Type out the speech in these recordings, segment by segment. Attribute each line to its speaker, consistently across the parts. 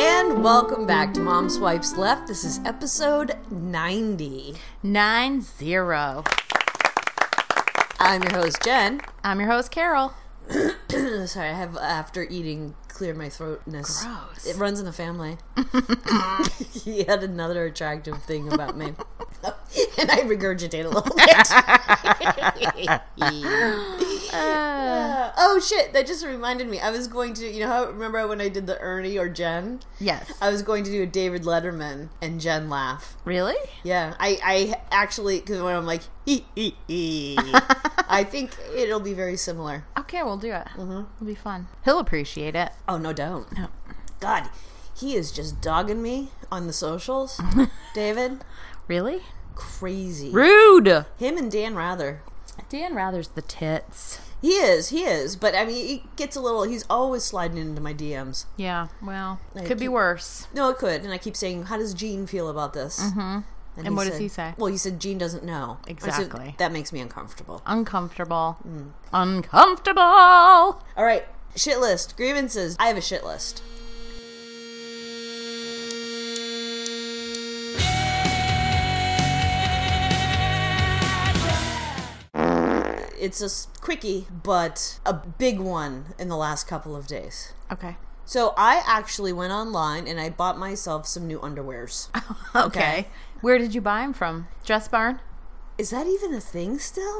Speaker 1: Welcome back to Mom Swipes Left. This is episode 90.
Speaker 2: Nine zero.
Speaker 1: I'm your host, Jen.
Speaker 2: I'm your host, Carol.
Speaker 1: Sorry, I have after eating cleared my throatness.
Speaker 2: Gross.
Speaker 1: It runs in the family. Yet another attractive thing about me. and I regurgitate a little bit. Uh, oh shit, that just reminded me. I was going to, you know how remember when I did the Ernie or Jen?
Speaker 2: Yes.
Speaker 1: I was going to do a David Letterman and Jen laugh.
Speaker 2: Really?
Speaker 1: Yeah, I, I actually, because when I'm like, hee hee hee, I think it'll be very similar.
Speaker 2: Okay, we'll do it. It'll be fun. He'll appreciate it.
Speaker 1: Oh, no doubt.
Speaker 2: No.
Speaker 1: God, he is just dogging me on the socials. David,
Speaker 2: Really?
Speaker 1: crazy.
Speaker 2: Rude.
Speaker 1: Him and Dan Rather.
Speaker 2: Dan Rather's the tits.
Speaker 1: He is, he is. But I mean, he gets a little, he's always sliding into my DMs.
Speaker 2: Yeah. Well,
Speaker 1: Like,
Speaker 2: could be
Speaker 1: he-
Speaker 2: worse.
Speaker 1: No, it could. And I keep saying, how does Gene feel about this? Mm-hmm.
Speaker 2: And what does he say?
Speaker 1: Well, he said Gene doesn't know. I said,
Speaker 2: Exactly.
Speaker 1: that makes me uncomfortable.
Speaker 2: Uncomfortable. Uncomfortable.
Speaker 1: All right, shit list, grievances. I have a shit list. It's a s- quickie, but a big one in the last couple of days.
Speaker 2: Okay.
Speaker 1: So I actually went online and I bought myself some new underwears.
Speaker 2: okay. Where did you buy him from? Dress Barn?
Speaker 1: Is that even a thing still?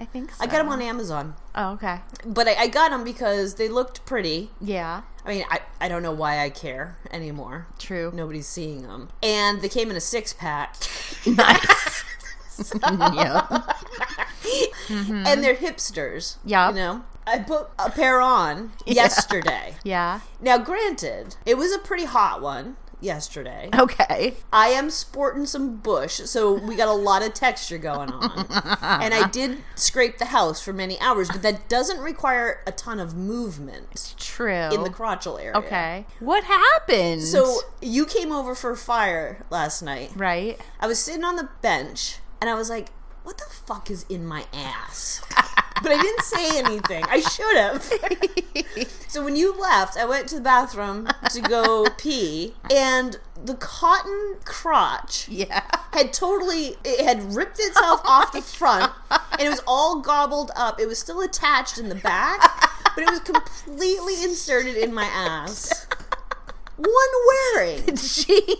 Speaker 2: I think so.
Speaker 1: I got them on Amazon,
Speaker 2: Oh, okay.
Speaker 1: but I, I got them because they looked pretty.
Speaker 2: Yeah.
Speaker 1: I mean, I, I don't know why I care anymore.
Speaker 2: True.
Speaker 1: Nobody's seeing them. And they came in a six pack.
Speaker 2: Nice. yeah.
Speaker 1: And they're hipsters.
Speaker 2: Mm-hmm. Yup.
Speaker 1: You know? I put a pair on yesterday.
Speaker 2: Yeah.
Speaker 1: Now, granted, it was a pretty hot one yesterday.
Speaker 2: Okay.
Speaker 1: I am sporting some bush, so we got a lot of texture going on. and I did scrape the house for many hours, but that doesn't require a ton of movement
Speaker 2: True.
Speaker 1: in the crotchal area.
Speaker 2: Oh. okay. What happened?
Speaker 1: So you came over for fire last night.
Speaker 2: Right.
Speaker 1: I was sitting on the bench and I was like, what the fuck is in my ass? but I didn't say anything. I should have. so when you left, I went to the bathroom to go pee and the cotton crotch
Speaker 2: Yeah.
Speaker 1: had totally it had ripped itself off the front and it was all gobbled up. It was still attached in the back, but it was completely inserted in my ass. One wearing.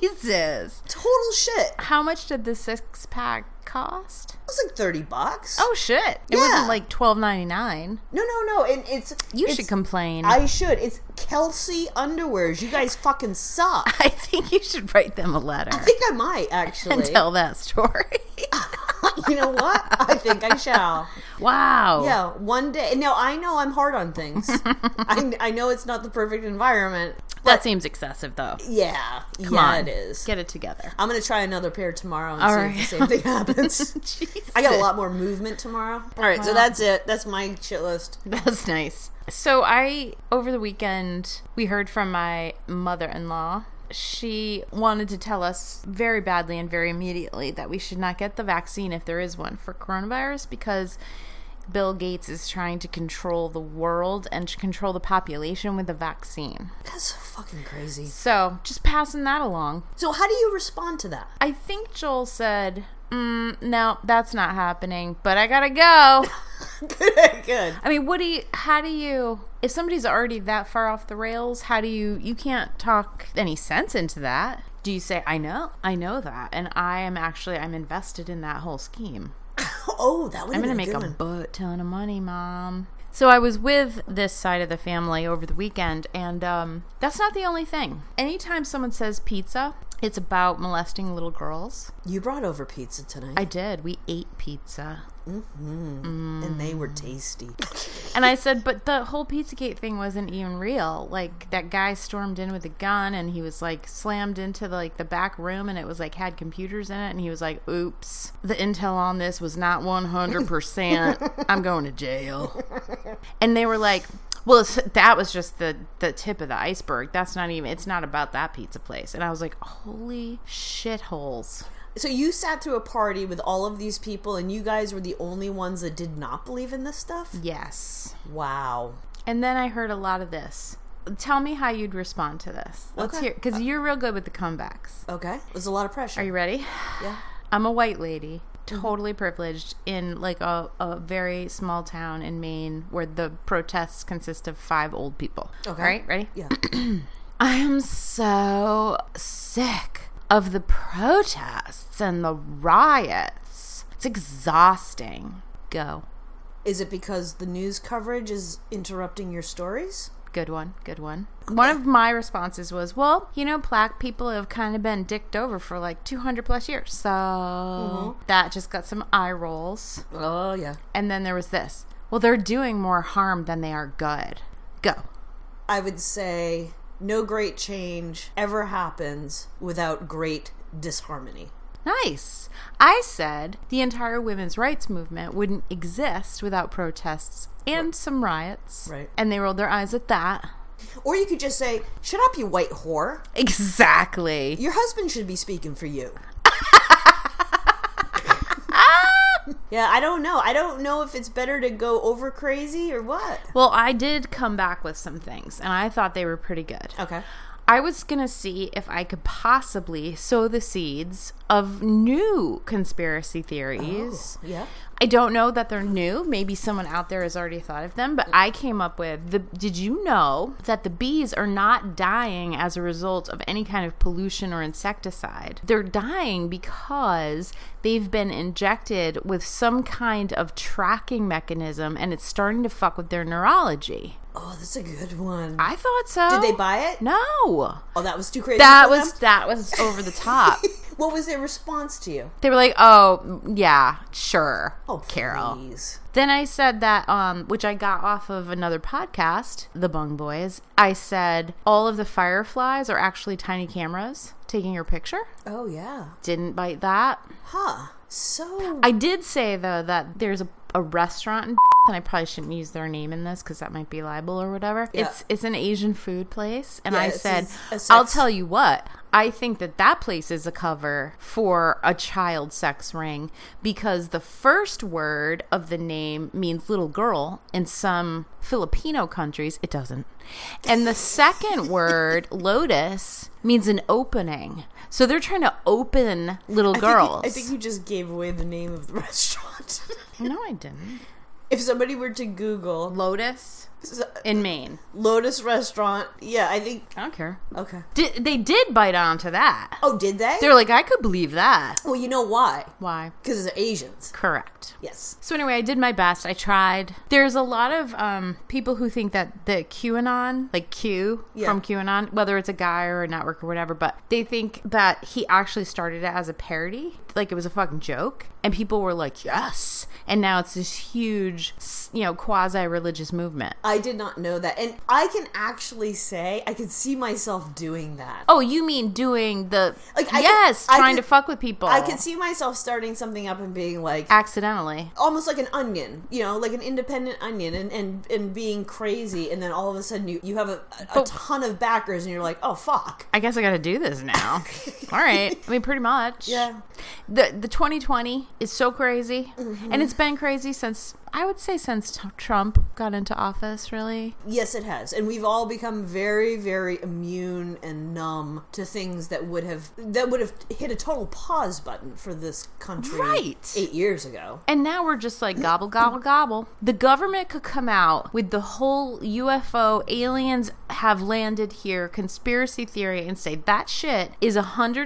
Speaker 2: Jesus.
Speaker 1: Total shit.
Speaker 2: How much did the six pack cost?
Speaker 1: It was like 30 bucks.
Speaker 2: Oh shit. It
Speaker 1: Yeah.
Speaker 2: wasn't like twelve ninety nine.
Speaker 1: No, no, no. And it's
Speaker 2: You
Speaker 1: it's-
Speaker 2: should complain.
Speaker 1: I should. It's Kelsey Underwears. You guys fucking suck.
Speaker 2: I think you should write them a
Speaker 1: I
Speaker 2: letter
Speaker 1: think I might actually.
Speaker 2: and tell that story.
Speaker 1: you know what? I think I shall.
Speaker 2: wow.
Speaker 1: Yeah, one day. Now I know I'm hard on things. I, I know it's not the perfect environment.
Speaker 2: That seems excessive though.
Speaker 1: Yeah,
Speaker 2: Come
Speaker 1: yeah, it
Speaker 2: on.
Speaker 1: is.
Speaker 2: Get it together.
Speaker 1: I'm gonna try another pair tomorrow and
Speaker 2: All
Speaker 1: see
Speaker 2: right.
Speaker 1: if the same thing happens.
Speaker 2: Jesus.
Speaker 1: I got a lot more movement tomorrow. All right, so
Speaker 2: Wow.
Speaker 1: that's it. That's my shit list.
Speaker 2: That's nice. So I over the weekend we heard from my mother-in-law. She wanted to tell us very badly and very immediately that we should not get the vaccine if there is one for coronavirus because Bill Gates is trying to control the world and to control the population with a vaccine.
Speaker 1: That's so fucking crazy.
Speaker 2: So, just passing that along.
Speaker 1: So how do you respond to that?
Speaker 2: I think Joel said, mm, "No, that's not happening, but I got to go."
Speaker 1: good, good.
Speaker 2: I mean, what do you, how do you, if somebody's already that far off the rails, how do you, you can't talk any sense into that. Do you say, I know, I know that, and I am actually, I'm invested in that whole scheme.
Speaker 1: Oh, that would.
Speaker 2: I'm going to make a butt ton of money, mom. So I was with this side of the family over the weekend, and um, that's not the only thing. Anytime someone says pizza, it's about molesting little girls.
Speaker 1: You brought over pizza tonight,
Speaker 2: I did. We ate pizza.
Speaker 1: and they were tasty.
Speaker 2: And I said, but the whole Pizzagate thing wasn't even real. Like that guy stormed in with a gun and he was like slammed into like the back room and it was like had computers in it and he was like, oops, the intel on this was not 100%. I'm going to jail. And they were like, well, it's, that was just the, the tip of the iceberg. That's not even, it's not about that pizza place. And I was like, holy shitholes.
Speaker 1: so you sat through a party with all of these people, and you guys were the only ones that did not believe in this stuff.
Speaker 2: Yes.
Speaker 1: Wow.
Speaker 2: And then I heard a lot of this. tell me how you'd respond to this. Let's
Speaker 1: Okay.
Speaker 2: hear because you're real good with the comebacks.
Speaker 1: Okay. It was a lot of pressure.
Speaker 2: Are you ready?
Speaker 1: yeah.
Speaker 2: I'm a white lady,
Speaker 1: Mm-hmm.
Speaker 2: totally privileged in like a, a very small town in Maine where the protests consist of five old people.
Speaker 1: Okay.
Speaker 2: All right, ready?
Speaker 1: Yeah.
Speaker 2: I am so sick of the protests and the riots. It's exhausting. Go.
Speaker 1: Is it because the news coverage is interrupting your stories?
Speaker 2: Good one. Good one. One of my responses was, well, you know, black people have kind of been dicked over for like 200 plus years. So that just got some eye rolls.
Speaker 1: Oh, yeah.
Speaker 2: And then there was this. Well, they're doing more harm than they are good. Go.
Speaker 1: I would say no great change ever happens without great disharmony.
Speaker 2: Nice. I said the entire women's rights movement wouldn't exist without protests and some riots.
Speaker 1: Right.
Speaker 2: And they rolled their eyes at that.
Speaker 1: Or you could just say, shut up, you white whore.
Speaker 2: Exactly.
Speaker 1: Your husband should be speaking for you. yeah, I don't know. I don't know if it's better to go over crazy or what.
Speaker 2: Well, I did come back with some things, and I thought they were pretty good.
Speaker 1: Okay.
Speaker 2: I was going to see if I could possibly sow the seeds of new conspiracy theories.
Speaker 1: Yeah.
Speaker 2: I don't know that they're new. Maybe someone out there has already thought of them, but I came up with the Did you know that the bees are not dying as a result of any kind of pollution or insecticide? They're dying because they've been injected with some kind of tracking mechanism and it's starting to fuck with their neurology.
Speaker 1: Oh, that's a good one.
Speaker 2: I thought so.
Speaker 1: Did they buy it?
Speaker 2: No.
Speaker 1: Oh, that was too crazy.
Speaker 2: That
Speaker 1: for
Speaker 2: was
Speaker 1: them?
Speaker 2: that was over the top.
Speaker 1: What was their response to you?
Speaker 2: they were like, "Oh, yeah, sure."
Speaker 1: Oh,
Speaker 2: Carol.
Speaker 1: please.
Speaker 2: Then I said that, um, which I got off of another podcast, The Bung Boys. I said all of the fireflies are actually tiny cameras taking your picture.
Speaker 1: Oh yeah.
Speaker 2: Didn't bite that.
Speaker 1: Huh. So
Speaker 2: I did say though that there's a, a restaurant in and I probably shouldn't use their name in this because that might be libel or whatever.
Speaker 1: Yeah.
Speaker 2: It's it's an Asian food place, and
Speaker 1: Yeah,
Speaker 2: I
Speaker 1: it's
Speaker 2: said,
Speaker 1: a- a sex-
Speaker 2: I'll tell you what. I think that that place is a cover for a child sex ring because the first word of the name means little girl in some Filipino countries it doesn't. And the second word lotus means an opening. So they're trying to open little
Speaker 1: I think you-
Speaker 2: girls.
Speaker 1: I think you just gave away the name of the restaurant.
Speaker 2: No, I didn't.
Speaker 1: if somebody were to Google
Speaker 2: Lotus
Speaker 1: s-
Speaker 2: in Maine.
Speaker 1: Lotus restaurant, yeah, I think
Speaker 2: I don't care.
Speaker 1: okay.
Speaker 2: Did, they did bite onto that.
Speaker 1: Oh, did they?
Speaker 2: They're like, I could believe that.
Speaker 1: well, you know why?
Speaker 2: Why?
Speaker 1: Because they're Asians.
Speaker 2: Correct.
Speaker 1: Yes.
Speaker 2: So anyway, I did my best. I tried. There's a lot of um, people who think that the QAnon, like Q
Speaker 1: Yeah.
Speaker 2: from QAnon, whether it's a guy or a network or whatever, but they think that he actually started it as a parody, like it was a fucking joke, and people were like, "Yes!" And now it's this huge, s- you know, quasi-religious movement.
Speaker 1: I did not know that. And I can actually say I can see myself doing that.
Speaker 2: Oh, you mean doing the
Speaker 1: Like, I
Speaker 2: yes,
Speaker 1: could- I
Speaker 2: trying
Speaker 1: could-
Speaker 2: to fuck with people.
Speaker 1: I can see myself starting something up and being like
Speaker 2: accidentally.
Speaker 1: almost like an onion, you know, like an independent onion and and, and being crazy and then all of a sudden you, you have a, a, a ton of backers and you're like, "Oh fuck."
Speaker 2: I guess I got to do this now. All right. I mean, pretty much.
Speaker 1: Yeah.
Speaker 2: The the 2020 is so crazy,
Speaker 1: Mm-hmm.
Speaker 2: and it's been crazy since I would say since t- Trump got into office. Really,
Speaker 1: Yes, it has. And we've all become very, very immune and numb to things that would have that would have hit a total pause button for this country
Speaker 2: Right.
Speaker 1: 8 years ago.
Speaker 2: And now we're just like gobble, gobble, gobble. The government could come out with the whole UFO aliens have landed here conspiracy theory and say that shit is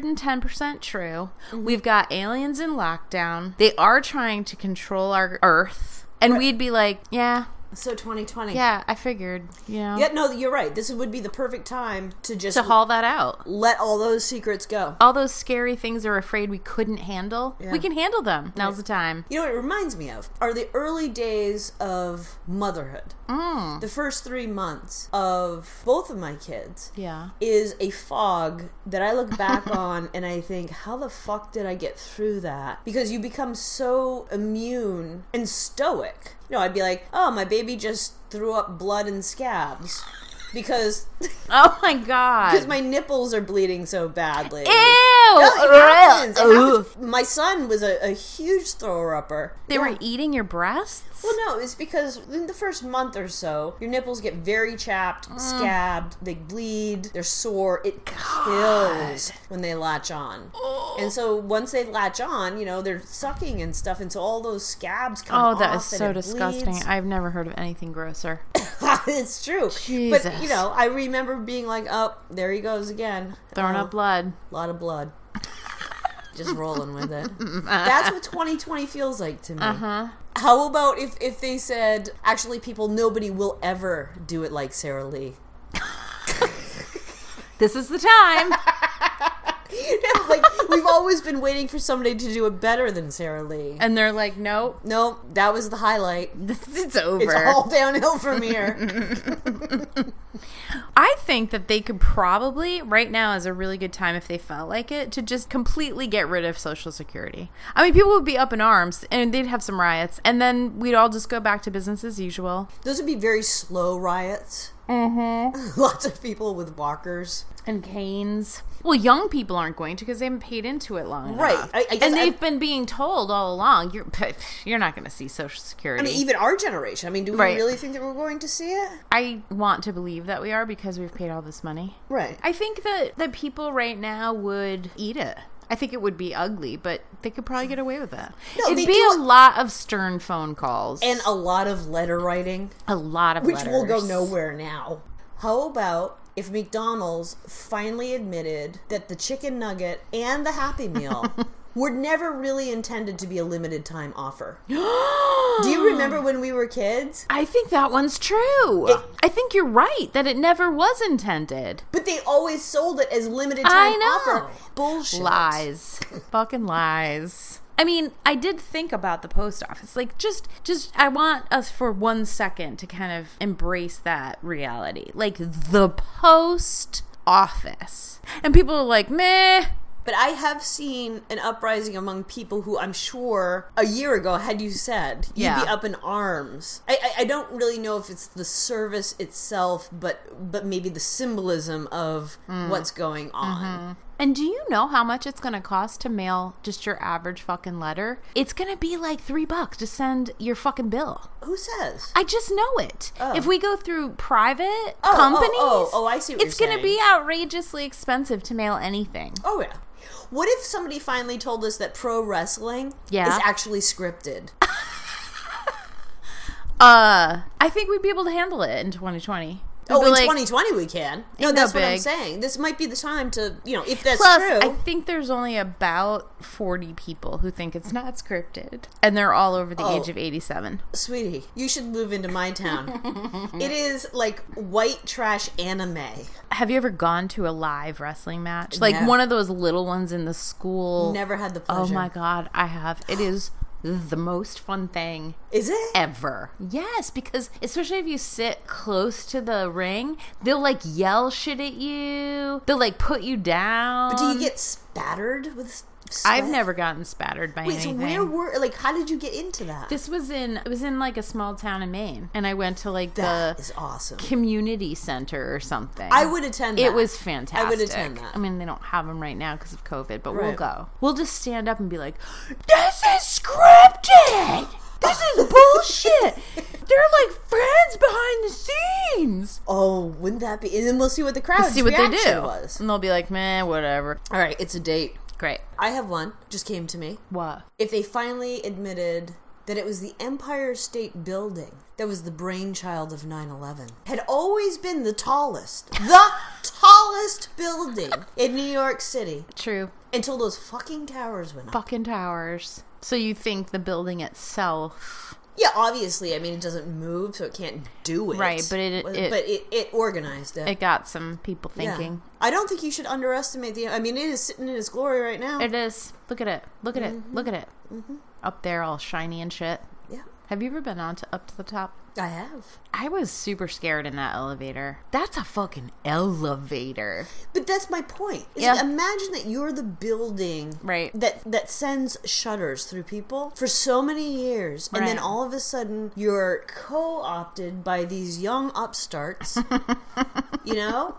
Speaker 2: 110% true. We've got aliens in lockdown. They are trying to control our Earth. And we'd be like, yeah,
Speaker 1: So 2020.
Speaker 2: yeah, I figured, you know,
Speaker 1: Yeah, no, you're right. This would be the perfect time to just
Speaker 2: to haul that out.
Speaker 1: let all those secrets go.
Speaker 2: All those scary things they're afraid we couldn't handle,
Speaker 1: Yeah.
Speaker 2: we can handle them. Now's the time.
Speaker 1: You know what it reminds me of are the early days of motherhood.
Speaker 2: Mm.
Speaker 1: The first three months of both of my kids
Speaker 2: Yeah.
Speaker 1: is a fog that I look back on and I think, how the fuck did I get through that? Because you become so immune and stoic. You know, I'd be like, oh, my baby just threw up blood and scabs because
Speaker 2: Oh my God.
Speaker 1: because my nipples are bleeding so badly.
Speaker 2: Ew!
Speaker 1: it happens. It happens. My son was a, a huge thrower upper.
Speaker 2: They were eating your breasts?
Speaker 1: Well, no, it's because in the first month or so, your nipples get very chapped,
Speaker 2: Mm.
Speaker 1: scabbed, they bleed, they're sore. It kills when they latch on.
Speaker 2: Oh.
Speaker 1: And so once they latch on, you know, they're sucking and stuff, and so all those scabs come
Speaker 2: Oh,
Speaker 1: off.
Speaker 2: that is so
Speaker 1: and it
Speaker 2: disgusting.
Speaker 1: bleeds.
Speaker 2: I've never heard of anything grosser.
Speaker 1: it's true. But, you
Speaker 2: Jesus.
Speaker 1: know, I remember being like, oh, there he goes again.
Speaker 2: Throwing
Speaker 1: Oh,
Speaker 2: up blood.
Speaker 1: A lot of blood. Just rolling with it. That's what 2020 feels like to me.
Speaker 2: Huh?
Speaker 1: How about if, if they said, actually, people, nobody will ever do it like Sarah Lee?
Speaker 2: This is the time.
Speaker 1: You know, like, we've always been waiting for somebody to do it better than Sarah Lee.
Speaker 2: and they're like, nope,
Speaker 1: No, that was the highlight.
Speaker 2: it's over.
Speaker 1: It's all downhill from here.
Speaker 2: I think that they could probably, right now is a really good time if they felt like it, to just completely get rid of Social Security. I mean, people would be up in arms and they'd have some riots, and then we'd all just go back to business as usual.
Speaker 1: Those would be very slow riots. Mm-hmm. Lots of people with walkers.
Speaker 2: And canes. Well, young people aren't going to because they haven't paid into it long
Speaker 1: Right.
Speaker 2: enough.
Speaker 1: I- I guess
Speaker 2: and
Speaker 1: I-
Speaker 2: they've been being told all along, you're, you're not going to see Social Security.
Speaker 1: I mean, e- even our generation. I mean, do we
Speaker 2: Right.
Speaker 1: really think that we're going to see it?
Speaker 2: I want to believe that we are because we've paid all this money.
Speaker 1: Right.
Speaker 2: I think that that people right now would eat it. I think it would be ugly, but they could probably get away with it.
Speaker 1: No,
Speaker 2: It'd
Speaker 1: they
Speaker 2: be
Speaker 1: do-
Speaker 2: a lot of stern phone calls
Speaker 1: and a lot of letter writing,
Speaker 2: a lot of
Speaker 1: which will go
Speaker 2: letters.
Speaker 1: nowhere now. How about if McDonald's finally admitted that the chicken nugget and the Happy Meal were never really intended to be a limited time offer? Do you remember when we were kids?
Speaker 2: I think that one's true. I think you're right that it never was intended.
Speaker 1: But they always sold it as limited
Speaker 2: I
Speaker 1: time
Speaker 2: know.
Speaker 1: offer. Bullshit.
Speaker 2: Lies, fucking lies. I mean, I did think about the post office. Like, just, just, I want us for one second to kind of embrace that reality. Like, the post office. And people are like, meh,
Speaker 1: But I have seen an uprising among people who I'm sure a year ago, had you said, you'd
Speaker 2: Yeah.
Speaker 1: be up in arms. I, I, I don't really know if it's the service itself, but but maybe the symbolism of
Speaker 2: Mm.
Speaker 1: what's going on.
Speaker 2: And do you know how much it's going to cost to mail just your average fucking letter? It's going to be like three bucks to send your fucking bill.
Speaker 1: Who says?
Speaker 2: I just know it. If we go through private
Speaker 1: oh,
Speaker 2: companies,
Speaker 1: oh, oh, I see what
Speaker 2: it's
Speaker 1: you're
Speaker 2: gonna be outrageously expensive to mail anything.
Speaker 1: oh, yeah. What if somebody finally told us that pro wrestling
Speaker 2: Yeah.
Speaker 1: is actually scripted?
Speaker 2: Uh, I think we'd be able to handle it in 2020. We'd
Speaker 1: Oh,
Speaker 2: be
Speaker 1: in
Speaker 2: like-
Speaker 1: 2020 we can. No,
Speaker 2: Ain't no
Speaker 1: that's what I'm
Speaker 2: big.
Speaker 1: saying. This might be the time to, you know, if that's
Speaker 2: Plus,
Speaker 1: true.
Speaker 2: I think there's only about 40 people who think it's not scripted, and they're all over the
Speaker 1: Oh.
Speaker 2: age of 87.
Speaker 1: Sweetie, you should move into my town. it is like white trash anime.
Speaker 2: Have you ever gone to a live wrestling match? Like
Speaker 1: No.
Speaker 2: one of those little ones in the school?
Speaker 1: Never had the
Speaker 2: Oh
Speaker 1: pleasure.
Speaker 2: my god, I have. It is the most fun thing
Speaker 1: Is it?
Speaker 2: ever. Yes, because especially if you sit close to the ring, they'll like yell shit at you. They'll like put you down.
Speaker 1: Do you get spattered with sweat?
Speaker 2: Um, I've never gotten spattered by
Speaker 1: Wait, so
Speaker 2: anything.
Speaker 1: where were like how did you get into that?
Speaker 2: this was in it was in like a small town in Maine, and I went to like
Speaker 1: that
Speaker 2: the
Speaker 1: is awesome.
Speaker 2: community center or something.
Speaker 1: I would attend that.
Speaker 2: It was fantastic.
Speaker 1: I would attend that.
Speaker 2: I mean, they don't have them right now because of COVID, but we'll
Speaker 1: Right.
Speaker 2: go. We'll just stand up and be like, "This is scripted. This is bullshit. They're like friends behind the scenes."
Speaker 1: oh, wouldn't that be and then we'll see what the crowd's
Speaker 2: See what they
Speaker 1: reaction
Speaker 2: do,
Speaker 1: was.
Speaker 2: and they'll be like, "Meh, whatever."
Speaker 1: All right, it's a date.
Speaker 2: Great.
Speaker 1: I have one. Just came to me.
Speaker 2: What?
Speaker 1: If they finally admitted that it was the Empire State Building that was the brainchild of 9 11, had always been the tallest, the tallest building in New York City
Speaker 2: True.
Speaker 1: until those fucking towers went up.
Speaker 2: Fucking towers. So you think the building itself?
Speaker 1: Yeah, obviously, I mean, it doesn't move, so it can't do it.
Speaker 2: Right, but it-
Speaker 1: But
Speaker 2: it-
Speaker 1: but it, it organized it.
Speaker 2: It got some people
Speaker 1: Yeah.
Speaker 2: thinking.
Speaker 1: I don't think you should underestimate the. I mean, it is sitting in its glory right now.
Speaker 2: It is. Look at it. Look Mm-hmm. at it. Look at it. Up there, all shiny and shit.
Speaker 1: yeah.
Speaker 2: Have you ever been on to up to the top?
Speaker 1: I have.
Speaker 2: I was super scared in that elevator. That's a fucking elevator.
Speaker 1: But that's my point. Is
Speaker 2: Yeah.
Speaker 1: like, imagine that you're the building
Speaker 2: Right.
Speaker 1: that that sends shudders through people for so many years, and then
Speaker 2: Right.
Speaker 1: all of a sudden you're co-opted by these young upstarts. you know,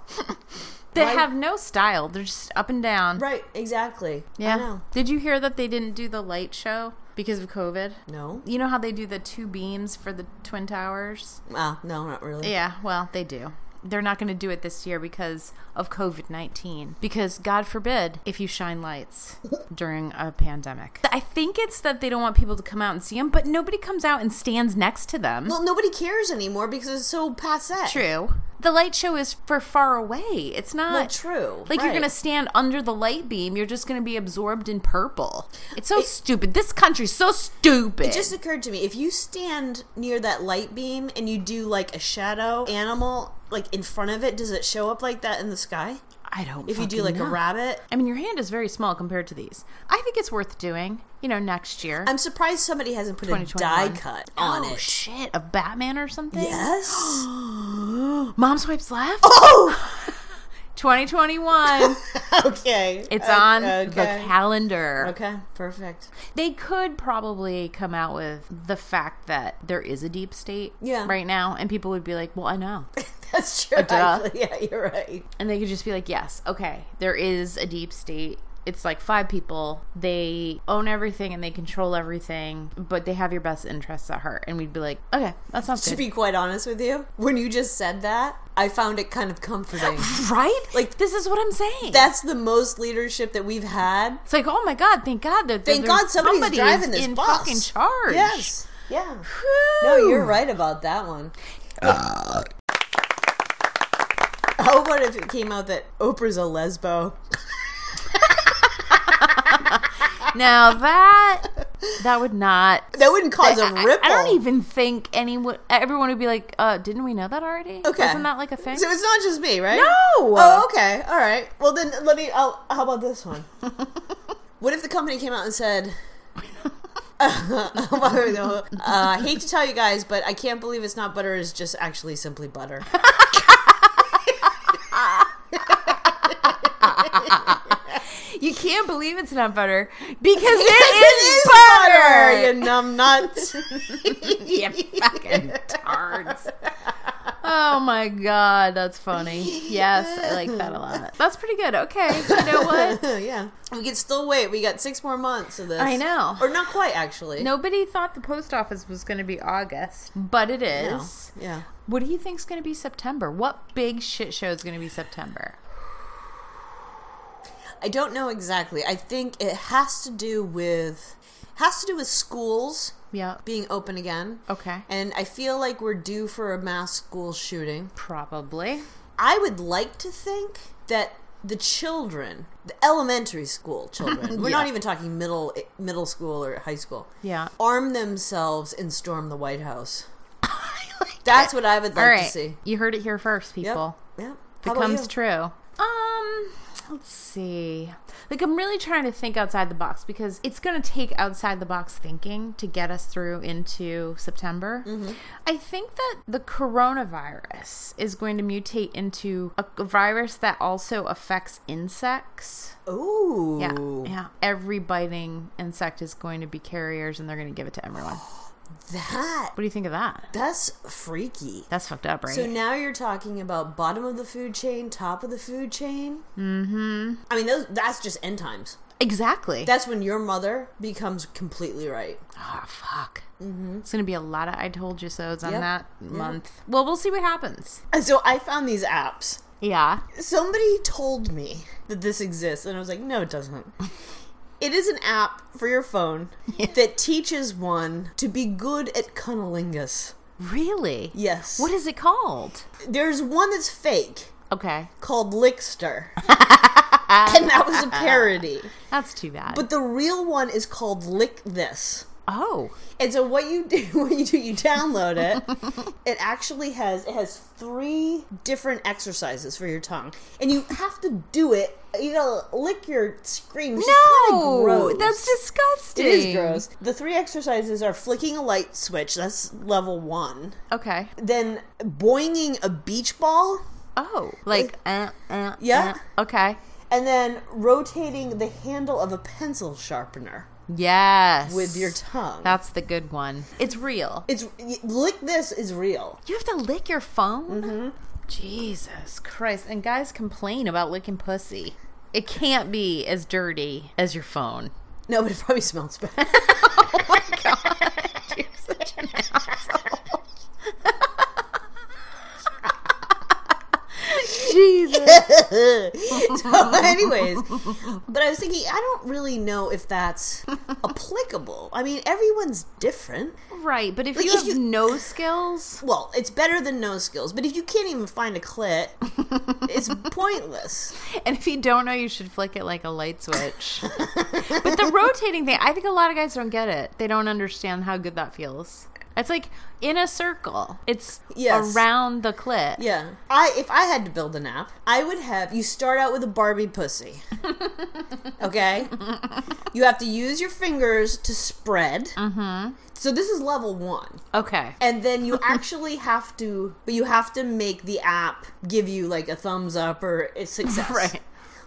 Speaker 2: They
Speaker 1: Right.
Speaker 2: have no style. They're just up and down.
Speaker 1: right? Exactly. I
Speaker 2: Yeah.
Speaker 1: know.
Speaker 2: Did you hear that they didn't do the light show because of COVID?
Speaker 1: No.
Speaker 2: You know how they do the two beams for the Twin Towers?
Speaker 1: Oh, no, not really.
Speaker 2: Yeah, well, they do. They're not going to do it this year because of COVID 19. Because, God forbid, if you shine lights during a pandemic. I think it's that they don't want people to come out and see them, but nobody comes out and stands next to them.
Speaker 1: Well, nobody cares anymore because it's so passe.
Speaker 2: True. The light show is for far away. It's not
Speaker 1: Well, true.
Speaker 2: Like you're
Speaker 1: Right.
Speaker 2: gonna stand under the light beam, you're just gonna be absorbed in purple. It's so stupid. This country's so stupid.
Speaker 1: It just occurred to me if you stand near that light beam and you do like a shadow animal like in front of it, does it show up like that in the sky?
Speaker 2: I don't.
Speaker 1: If you do like a rabbit,
Speaker 2: I mean, your hand is very small compared to these. I think it's worth doing. You know, next year.
Speaker 1: I'm surprised somebody hasn't put a
Speaker 2: 2021.
Speaker 1: die cut on
Speaker 2: oh
Speaker 1: it.
Speaker 2: shit! A Batman or something?
Speaker 1: Yes.
Speaker 2: Mom swipes left.
Speaker 1: oh.
Speaker 2: 2021.
Speaker 1: Okay.
Speaker 2: It's
Speaker 1: O-
Speaker 2: on
Speaker 1: Okay.
Speaker 2: the calendar.
Speaker 1: okay. Perfect.
Speaker 2: They could probably come out with the fact that there is a deep state
Speaker 1: Yeah.
Speaker 2: right now, and people would be like, "Well, I know,"
Speaker 1: That's true.
Speaker 2: duh.
Speaker 1: actually. Yeah, you're right.
Speaker 2: and they could just be like, "Yes, okay, there is a deep state." It's like five people. They own everything and they control everything, but they have your best interests at heart. And we'd be like, okay, that sounds
Speaker 1: To
Speaker 2: good.
Speaker 1: be quite honest with you, when you just said that, I found it kind of comforting.
Speaker 2: right? Like, this is what I'm saying.
Speaker 1: That's the most leadership that we've had.
Speaker 2: it's like, oh my God, thank God that
Speaker 1: Thank God somebody's
Speaker 2: somebody
Speaker 1: driving
Speaker 2: is
Speaker 1: this
Speaker 2: in
Speaker 1: bus.
Speaker 2: fucking charge.
Speaker 1: Yes. Yeah.
Speaker 2: Whew. Uh.
Speaker 1: No, you're right about that one. How about Oh, if it came out that Oprah's a lesbo?
Speaker 2: Now that that would not
Speaker 1: That wouldn't cause a
Speaker 2: I-
Speaker 1: ripple.
Speaker 2: I, don't even think anyone, everyone would be like, uh, didn't we know that already?
Speaker 1: Okay.
Speaker 2: Wasn't that like a thing?
Speaker 1: So it's not just me, right?
Speaker 2: No!
Speaker 1: Oh, okay. All right. Well, then let me. I'll, how about this one? what if the company came out and said, uh, "I hate to tell you guys, but I can't believe it's not butter. It's just actually simply butter."
Speaker 2: you can't believe it's not butter because it is
Speaker 1: It
Speaker 2: butter.
Speaker 1: you numb nuts.
Speaker 2: You fucking tards. Oh my god, that's funny. Yes, I like that a lot. That's pretty good. Okay, you know what?
Speaker 1: yeah, we can still wait. We got six more months of this.
Speaker 2: I know.
Speaker 1: or not quite actually.
Speaker 2: Nobody thought the post office was going to be August, but it
Speaker 1: No.
Speaker 2: is.
Speaker 1: Yeah.
Speaker 2: What do you think's going to be September? What big shit show is going to be September?
Speaker 1: I don't know exactly. I think it has to do with has to do with schools
Speaker 2: Yeah.
Speaker 1: being open again.
Speaker 2: Okay.
Speaker 1: And I feel like we're due for a mass school shooting.
Speaker 2: Probably.
Speaker 1: I would like to think that the children, the elementary school children, we're not even talking middle middle school or high school.
Speaker 2: Yeah.
Speaker 1: Arm themselves and storm the White House. That's what I would like
Speaker 2: All
Speaker 1: to
Speaker 2: right.
Speaker 1: see.
Speaker 2: You heard it here first,
Speaker 1: Yep.
Speaker 2: people.
Speaker 1: Yep. How about
Speaker 2: Becomes
Speaker 1: you?
Speaker 2: true. Um, let's see. Like I'm really trying to think outside the box because it's going to take outside the box thinking to get us through into September.
Speaker 1: Mm-hmm.
Speaker 2: I think that the coronavirus is going to mutate into a virus that also affects insects.
Speaker 1: Ooh.
Speaker 2: Yeah. Yeah. Every biting insect is going to be carriers and they're going to give it to everyone. What
Speaker 1: That
Speaker 2: do you think of that?
Speaker 1: that's freaky.
Speaker 2: That's fucked up, right?
Speaker 1: So now you're talking about bottom of the food chain, top of the food chain. Mm-hmm. I mean, those that's just end times.
Speaker 2: exactly.
Speaker 1: That's when your mother becomes completely right.
Speaker 2: oh, fuck. It's going to be a lot of I told you so's on
Speaker 1: Yep.
Speaker 2: that month. Well, we'll see what happens.
Speaker 1: And so I found these apps.
Speaker 2: Yeah.
Speaker 1: Somebody told me that this exists, and I was like, no, it doesn't. It is an app for your phone that teaches one to be good at cunnilingus.
Speaker 2: Really?
Speaker 1: Yes.
Speaker 2: What is it called?
Speaker 1: There's one that's fake
Speaker 2: Okay.
Speaker 1: called Lickster. and that was a parody.
Speaker 2: That's too bad.
Speaker 1: But the real one is called Lick This.
Speaker 2: Oh.
Speaker 1: And so what you do what you do you download it. it actually has it has three different exercises for your tongue. And you have to do it you know, lick your screen. Which is kinda
Speaker 2: No.
Speaker 1: gross.
Speaker 2: That's disgusting.
Speaker 1: it is gross. The three exercises are flicking a light switch, that's level one.
Speaker 2: Okay.
Speaker 1: Then boinging a beach ball,
Speaker 2: Oh. Like, uh, uh,
Speaker 1: Yeah.
Speaker 2: uh. Okay.
Speaker 1: and then rotating the handle of a pencil sharpener
Speaker 2: Yes.
Speaker 1: with your tongue.
Speaker 2: That's the good one. It's real.
Speaker 1: it's lick this is real.
Speaker 2: You have to lick your phone? Mm-hmm. Jesus Christ. And guys complain about licking pussy. It can't be as dirty as your phone.
Speaker 1: No, but it probably smells bad.
Speaker 2: You're such an asshole. Jesus.
Speaker 1: so, anyways, but I was thinking, I don't really know if that's applicable. I mean, everyone's different.
Speaker 2: Right, but if you
Speaker 1: if
Speaker 2: have
Speaker 1: you-
Speaker 2: no skills,
Speaker 1: Well, it's better than no skills, but if you can't even find a clit, it's pointless.
Speaker 2: and if you don't know, you should flick it like a light switch. but the rotating thing, I think a lot of guys don't get it. They don't understand how good that feels. It's like in a circle. It's
Speaker 1: Yes.
Speaker 2: around the clit.
Speaker 1: Yeah. I if I had to build an app, I would have you start out with a Barbie pussy. Okay? You have to use your fingers to spread. Mm-hmm. So this is level one.
Speaker 2: Okay.
Speaker 1: And then you actually have to, but you have to make the app give you like a thumbs up or a success.
Speaker 2: Right.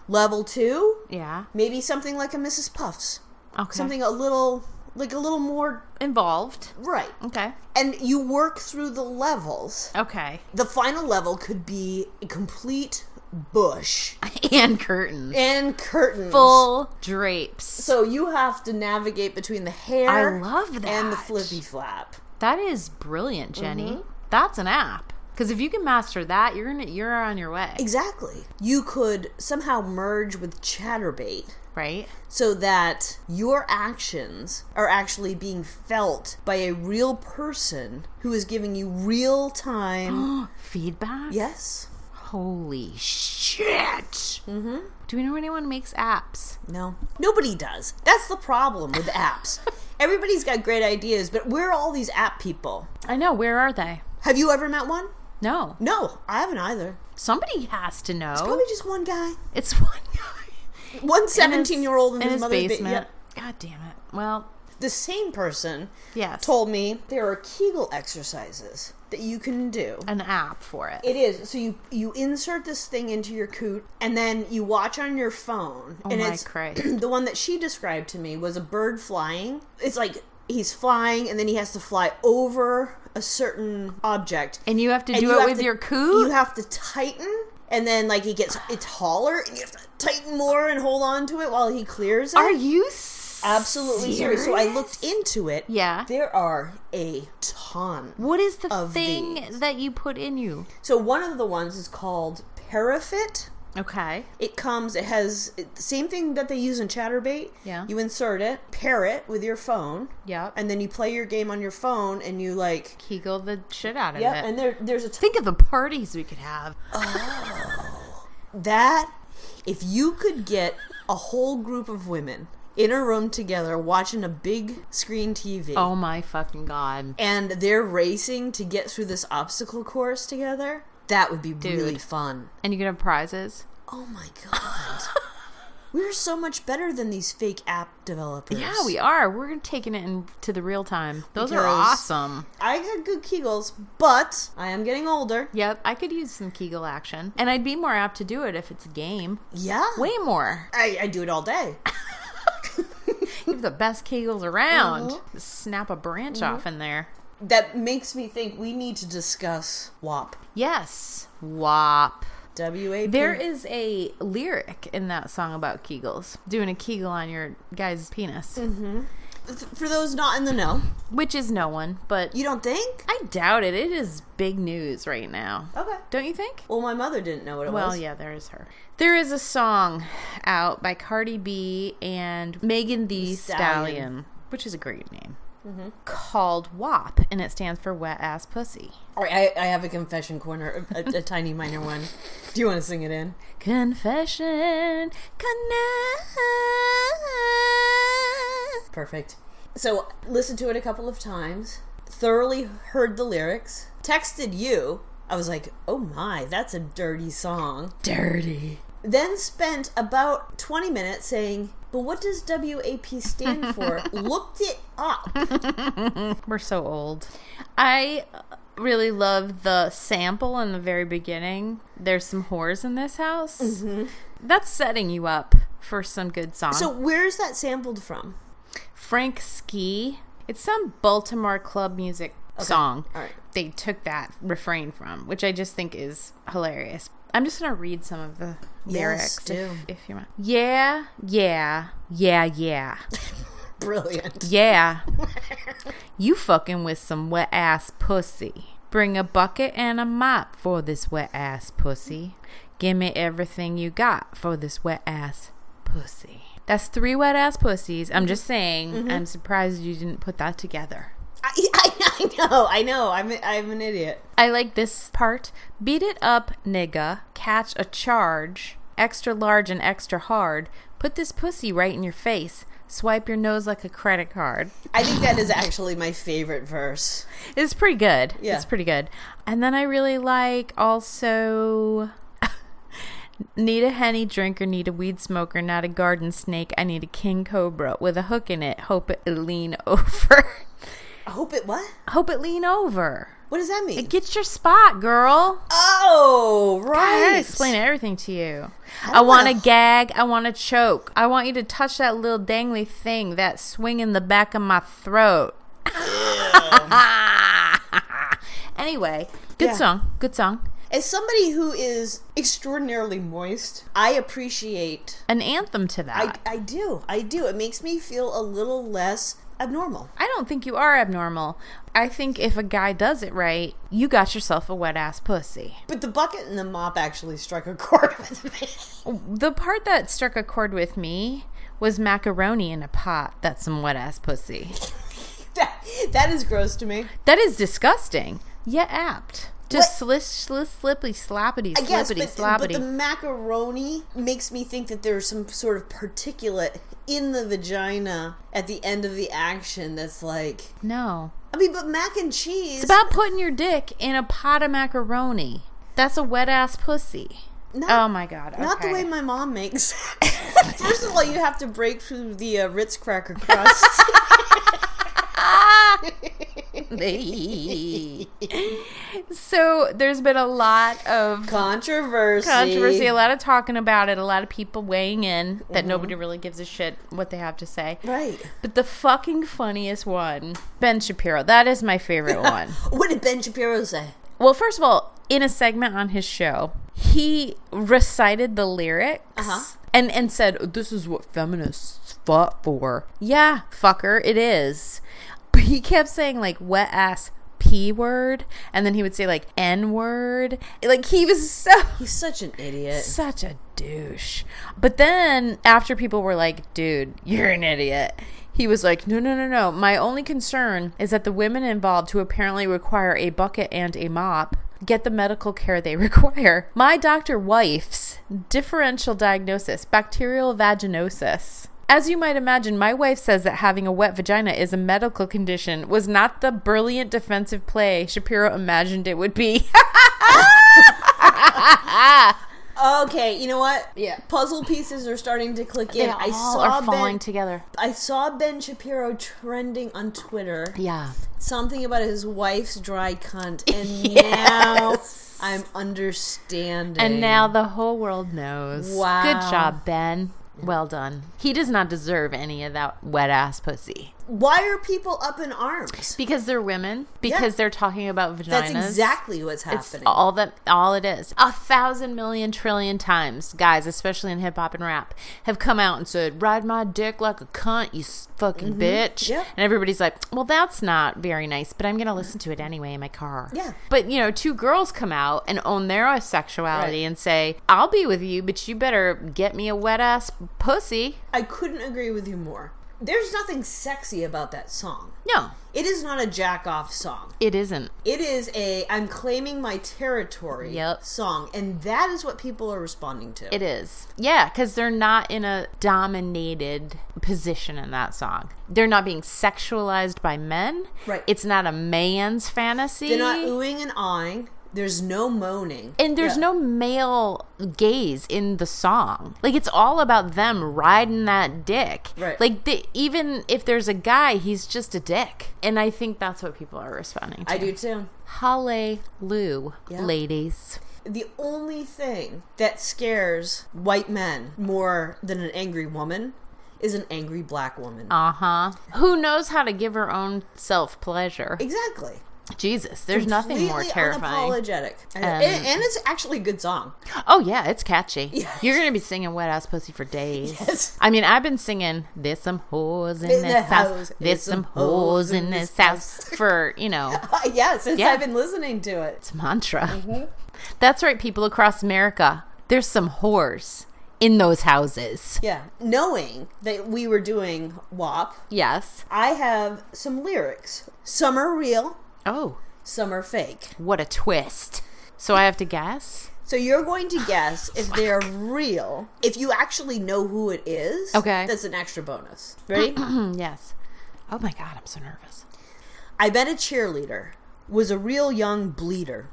Speaker 1: Level two,
Speaker 2: Yeah.
Speaker 1: maybe something like a Mrs. Puffs,
Speaker 2: Okay.
Speaker 1: something a little, like a little more
Speaker 2: involved.
Speaker 1: right.
Speaker 2: Okay.
Speaker 1: And you work through the levels.
Speaker 2: Okay.
Speaker 1: The final level could be a complete bush
Speaker 2: And curtains.
Speaker 1: and curtains.
Speaker 2: Full drapes.
Speaker 1: So you have to navigate between the hair
Speaker 2: I love that.
Speaker 1: and the flippy flap.
Speaker 2: That is brilliant, Jenny. That's an app. Because if you can master that, you're gonna you're on your way,
Speaker 1: Exactly. You could somehow merge with chatterbait.
Speaker 2: right?
Speaker 1: so that your actions are actually being felt by a real person who is giving you real time.
Speaker 2: Feedback.
Speaker 1: yes?
Speaker 2: Holy shit! Mm-hmm. Do we know anyone who makes apps?
Speaker 1: No. Nobody does. That's the problem with apps. Everybody's got great ideas, but where are all these app people?
Speaker 2: I know. Where are they?
Speaker 1: Have you ever met one?
Speaker 2: No.
Speaker 1: No, I haven't either.
Speaker 2: Somebody has to know.
Speaker 1: Probably just one guy.
Speaker 2: It's one guy
Speaker 1: One 17 year old in,
Speaker 2: in his
Speaker 1: mother's ba-
Speaker 2: basement.
Speaker 1: yeah.
Speaker 2: God damn it. Well,
Speaker 1: The same person
Speaker 2: yes.
Speaker 1: told me there are Kegel exercises that you can do.
Speaker 2: an app for it.
Speaker 1: It is. So you you insert this thing into your coot, and then you watch on your phone. and
Speaker 2: Oh my
Speaker 1: it's
Speaker 2: Christ.
Speaker 1: the one that she described to me was a bird flying. It's like he's flying, and then he has to fly over a certain object.
Speaker 2: and you have to
Speaker 1: And
Speaker 2: do
Speaker 1: you
Speaker 2: it
Speaker 1: have
Speaker 2: with
Speaker 1: to-
Speaker 2: your
Speaker 1: You
Speaker 2: coot.
Speaker 1: have to tighten, and then like he gets it's taller, and you have to tighten more and hold on to it while he clears it.
Speaker 2: Are you s-
Speaker 1: Absolutely serious. So I looked into it.
Speaker 2: Yeah.
Speaker 1: There are a ton.
Speaker 2: What is the
Speaker 1: of
Speaker 2: thing
Speaker 1: these.
Speaker 2: that you put in you?
Speaker 1: So one of the ones is called Parafit.
Speaker 2: Okay.
Speaker 1: It comes. It has it, same thing that they use in ChatterBait.
Speaker 2: Yeah.
Speaker 1: You insert it, pair it with your phone.
Speaker 2: Yep.
Speaker 1: And then you play your game on your phone, and you like.
Speaker 2: Kegel the shit out of
Speaker 1: Yep.
Speaker 2: it.
Speaker 1: And there, there's a t-
Speaker 2: Think of the parties we could have.
Speaker 1: that if you could get a whole group of women in a room together watching a big screen TV.
Speaker 2: Oh my fucking god.
Speaker 1: And they're racing to get through this obstacle course together. That would be really fun.
Speaker 2: And you can have prizes.
Speaker 1: Oh my god. We're so much better than these fake app developers.
Speaker 2: Yeah, we are. We're taking it into the real time. Those are
Speaker 1: Because-
Speaker 2: awesome.
Speaker 1: I got good Kegels, but I am getting older.
Speaker 2: Yep, I could use some Kegel action. And I'd be more apt to do it if it's a game.
Speaker 1: Yeah.
Speaker 2: Way more.
Speaker 1: I, I do it all day.
Speaker 2: You have the best Kegels around. Snap a branch off in there.
Speaker 1: That makes me think we need to discuss WAP.
Speaker 2: Yes. WAP.
Speaker 1: W A P.
Speaker 2: There is a lyric in that song about Kegels, doing a Kegel on your guy's penis,
Speaker 1: For those not in the know,
Speaker 2: which is no one, but
Speaker 1: you don't think?
Speaker 2: I doubt it. It is big news right now.
Speaker 1: Okay.
Speaker 2: Don't you think?
Speaker 1: Well, my mother didn't know what it
Speaker 2: Well,
Speaker 1: was.
Speaker 2: yeah, there is her. There is a song out by Cardi B and Megan the Stallion,
Speaker 1: Stallion.
Speaker 2: which is a great name, called WAP, and it stands for Wet Ass Pussy.
Speaker 1: All right, I, I have a confession corner, a, a tiny minor one. Do you want to sing it in?
Speaker 2: Confession, connect.
Speaker 1: Perfect. So listened to it a couple of times, thoroughly heard the lyrics, texted you. I was like, oh my, that's a dirty song.
Speaker 2: Dirty.
Speaker 1: Then spent about 20 minutes saying, but what does WAP stand for? Looked it up.
Speaker 2: We're so old. I really love the sample in the very beginning. There's some whores in this house. That's setting you up for some good song.
Speaker 1: So where's that sampled from?
Speaker 2: Frank Ski. It's some Baltimore club music song.
Speaker 1: all right.
Speaker 2: They took that refrain from, which I just think is hilarious. I'm just gonna read some of the lyrics
Speaker 1: do.
Speaker 2: if, if you want. Yeah, yeah, yeah, yeah,
Speaker 1: Brilliant.
Speaker 2: yeah. you fucking with some wet ass pussy. Bring a bucket and a mop for this wet ass pussy. Give me everything you got for this wet ass pussy. That's three wet ass pussies. I'm just saying. I'm surprised you didn't put that together.
Speaker 1: I, I, I know, I know. I'm, I'm an idiot.
Speaker 2: I like this part. Beat it up, nigga. Catch a charge. Extra large and extra hard. Put this pussy right in your face. Swipe your nose like a credit card.
Speaker 1: I think that is actually my favorite verse.
Speaker 2: It's pretty good.
Speaker 1: Yeah.
Speaker 2: It's pretty good. And then I really like also Need a henny drinker, need a weed smoker, not a garden snake. I need a king cobra with a hook in it. Hope it lean over.
Speaker 1: I hope it what?
Speaker 2: Hope it lean over.
Speaker 1: What does that mean?
Speaker 2: Get your spot, girl.
Speaker 1: oh,
Speaker 2: I
Speaker 1: right.
Speaker 2: gotta explain everything to you. I,
Speaker 1: don't
Speaker 2: want to
Speaker 1: wanna-
Speaker 2: gag. I want to choke. I want you to touch that little dangly thing, that swing in the back of my throat. anyway, good
Speaker 1: Yeah.
Speaker 2: song. Good song.
Speaker 1: As somebody who is extraordinarily moist, I appreciate.
Speaker 2: An anthem to
Speaker 1: I,
Speaker 2: that.
Speaker 1: I do. I do. It makes me feel a little less abnormal.
Speaker 2: I, don't think you are abnormal. I think if a guy does it right, you got yourself a wet ass pussy.
Speaker 1: But the bucket and the mop actually struck a chord with me.
Speaker 2: The part that struck a chord with me was macaroni in a pot. That's some wet ass pussy.
Speaker 1: that, that is gross to me.
Speaker 2: That is disgusting. Yet apt. Just slish, slish, slippity, sloppity,
Speaker 1: I guess,
Speaker 2: slippity,
Speaker 1: but, but
Speaker 2: sloppity.
Speaker 1: the macaroni makes me think that there's some sort of particulate in the vagina at the end of the action that's like.
Speaker 2: no.
Speaker 1: I mean, but mac and cheese.
Speaker 2: It's about putting your dick in a pot of macaroni. That's a wet ass pussy.
Speaker 1: Not-
Speaker 2: oh my god.
Speaker 1: Not the way
Speaker 2: okay.
Speaker 1: my mom makes. it. First of all, you have to break through the uh, Ritz cracker crust.
Speaker 2: so there's been a lot of
Speaker 1: Controversy.
Speaker 2: controversy, a lot of talking about it, a lot of people weighing in that
Speaker 1: Mm-hmm.
Speaker 2: nobody really gives a shit what they have to say.
Speaker 1: Right.
Speaker 2: But the fucking funniest one, Ben Shapiro. That is my favorite one.
Speaker 1: What did Ben Shapiro say?
Speaker 2: Well, first of all, in a segment on his show, he recited the lyrics and, and said, This is what feminists fought for. Yeah, fucker, it is. But he kept saying, like, wet ass P word. And then he would say, like, N word. Like, he was so
Speaker 1: He's such an idiot.
Speaker 2: such a douche. But then after people were like, dude, you're an idiot. He was like, no, no, no, no. My only concern is that the women involved, who apparently require a bucket and a mop, get the medical care they require. My doctor wife's differential diagnosis bacterial vaginosis. As you might imagine, my wife says that having a wet vagina is a medical condition was not the brilliant defensive play Shapiro imagined it would be.
Speaker 1: Okay, you know what? Yeah. Puzzle pieces are starting to click in. I saw Ben.
Speaker 2: together.
Speaker 1: I saw Ben Shapiro trending on Twitter.
Speaker 2: Yeah.
Speaker 1: Something about his wife's dry cunt, and
Speaker 2: Yes.
Speaker 1: now I'm understanding.
Speaker 2: And now the whole world knows.
Speaker 1: Wow.
Speaker 2: Good job, Ben. Well done. He does not deserve any of that wet ass pussy.
Speaker 1: why are people up in arms?
Speaker 2: Because they're women, because they're talking about vaginas.
Speaker 1: That's exactly what's happening.
Speaker 2: all that all it is. A thousand million trillion times, guys, especially in hip hop and rap, have come out and said, Ride my dick like a cunt, you s- fucking
Speaker 1: Mm-hmm.
Speaker 2: bitch.
Speaker 1: Yep.
Speaker 2: And everybody's like, Well, that's not very nice, but I'm gonna listen to it anyway in my car.
Speaker 1: Yeah.
Speaker 2: But you know, two girls come out and own their sexuality and say, I'll be with you, but you better get me a wet ass pussy.
Speaker 1: I couldn't agree with you more. There's nothing sexy about that song.
Speaker 2: No,
Speaker 1: It is not a jack off song.
Speaker 2: it isn't.
Speaker 1: It is a I'm claiming my territory
Speaker 2: Yep.
Speaker 1: song, and that is what people are responding to.
Speaker 2: It is. Yeah, because they're not in a dominated position in that song. They're not being sexualized by men.
Speaker 1: Right.
Speaker 2: It's not a man's fantasy.
Speaker 1: They're not oohing and awing. There's no moaning.
Speaker 2: and there's
Speaker 1: Yeah.
Speaker 2: no male gaze in the song. Like it's all about them riding that dick.
Speaker 1: Right.
Speaker 2: Like the, even if there's a guy, he's just a dick. And I think that's what people are responding to.
Speaker 1: I do too.
Speaker 2: Hallelujah,
Speaker 1: Yeah.
Speaker 2: ladies.
Speaker 1: The only thing that scares white men more than an angry woman is an angry black woman.
Speaker 2: Uh huh. Who knows how to give her own self pleasure?
Speaker 1: exactly.
Speaker 2: Jesus, there's nothing more
Speaker 1: Completely
Speaker 2: terrifying.
Speaker 1: Unapologetic. I know. and, and it's actually a good song.
Speaker 2: Oh yeah, it's catchy.
Speaker 1: Yes.
Speaker 2: You're gonna be singing "Wet Ass Pussy" for days.
Speaker 1: Yes.
Speaker 2: I mean, I've been singing "There's some whores in,
Speaker 1: In
Speaker 2: this
Speaker 1: the
Speaker 2: house.
Speaker 1: house.
Speaker 2: There's some whores in this house." For you know,
Speaker 1: yeah, since
Speaker 2: Yeah.
Speaker 1: I've been listening to it.
Speaker 2: it's a mantra. That's right, people across America. There's some whores in those houses.
Speaker 1: Yeah. Knowing that we were doing WAP,
Speaker 2: Yes.
Speaker 1: I have some lyrics. Some are real,
Speaker 2: Oh,
Speaker 1: some are fake.
Speaker 2: what a twist! So I have to guess.
Speaker 1: So you're going to guess if they are real. If you actually know who it is,
Speaker 2: Okay.
Speaker 1: that's an extra bonus. Ready?
Speaker 2: Hmm, yes. Oh my God, I'm so nervous.
Speaker 1: I bet a cheerleader was a real young bleeder.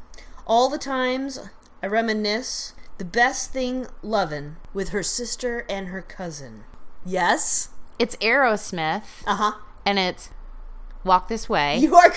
Speaker 1: All the times I reminisce the best thing lovin' with her sister and her cousin. Yes?
Speaker 2: It's Aerosmith,
Speaker 1: Uh huh.
Speaker 2: and it's "Walk This Way."
Speaker 1: You are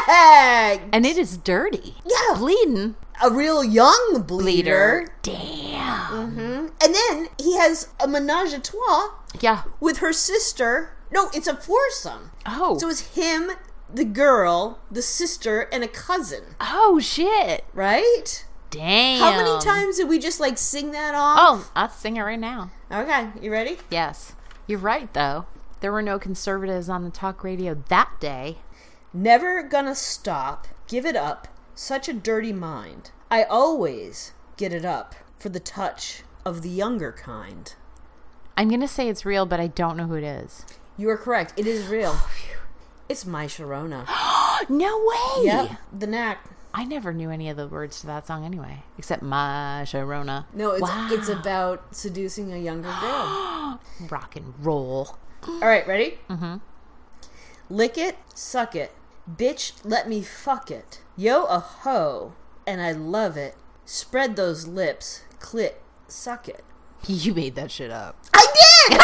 Speaker 1: correct!
Speaker 2: and it is dirty.
Speaker 1: Yeah.
Speaker 2: bleeding
Speaker 1: A real young bleeder. Mm.
Speaker 2: bleeder. Damn.
Speaker 1: And then he has a menage a trois
Speaker 2: Yeah.
Speaker 1: with her sister. No, it's a foursome.
Speaker 2: Oh.
Speaker 1: So it's him, the girl, the sister, and a cousin,
Speaker 2: oh shit.
Speaker 1: right?
Speaker 2: Damn.
Speaker 1: How many times did we just like sing that off?
Speaker 2: Oh, I'll sing it right now.
Speaker 1: Okay, you ready?
Speaker 2: Yes. You're right though. There were no conservatives on the talk radio that day.
Speaker 1: Never gonna stop, give it up, such a dirty mind. I always get it up for the touch of the younger kind.
Speaker 2: I'm gonna say it's real, but I don't know who it is.
Speaker 1: You are correct. It is real. It's my Sharona.
Speaker 2: No way.
Speaker 1: Yep, the knack.
Speaker 2: I never knew any of the words to that song anyway, except my Sharona.
Speaker 1: No, it's
Speaker 2: Wow.
Speaker 1: it's about seducing a younger girl.
Speaker 2: rock and roll.
Speaker 1: All right, ready? Mm-hmm. Lick it, suck it, bitch. Let me fuck it. Yo a ho, and I love it. Spread those lips, clit, suck it.
Speaker 2: You made that shit up.
Speaker 1: I did.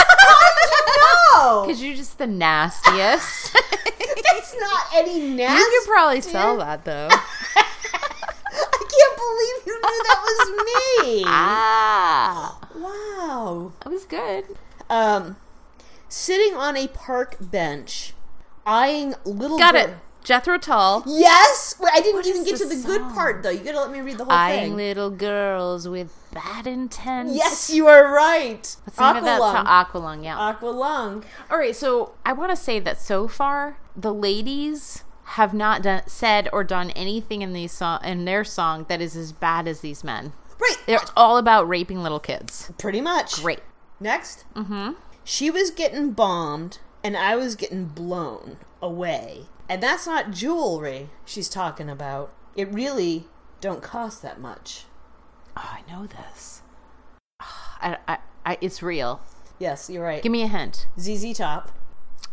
Speaker 1: How did you know?
Speaker 2: Cause you're just the nastiest.
Speaker 1: That's not any nasty.
Speaker 2: you could probably sell that though.
Speaker 1: I can't believe you knew that
Speaker 2: Ah,
Speaker 1: was me. wow.
Speaker 2: that was good.
Speaker 1: Um, sitting on a park bench, eyeing little.
Speaker 2: Got
Speaker 1: girl-
Speaker 2: it. Jethro Tull.
Speaker 1: Yes. Wait, I didn't even
Speaker 2: is
Speaker 1: get to
Speaker 2: the
Speaker 1: the good
Speaker 2: song?
Speaker 1: part though. You gotta let me read the whole thing.
Speaker 2: Eyeing little girls with bad intent.
Speaker 1: Yes, you are right.
Speaker 2: What's the name of that
Speaker 1: Aqualung.
Speaker 2: song?
Speaker 1: Uh,
Speaker 2: Aqualung, yeah.
Speaker 1: Aqualung.
Speaker 2: All right, so I want to say that so far the ladies have not done, said or done anything in these song in their song that is as bad as these men.
Speaker 1: Right.
Speaker 2: They're all about raping little kids.
Speaker 1: Pretty much.
Speaker 2: Great.
Speaker 1: Next. Mm-hmm. She was getting bombed and I was getting blown away. And that's not jewelry she's talking about. It really don't cost that much.
Speaker 2: Oh, I know this. Ah, I, I, I, it's real.
Speaker 1: Yes, you're right.
Speaker 2: Give me a hint.
Speaker 1: ZZ Top.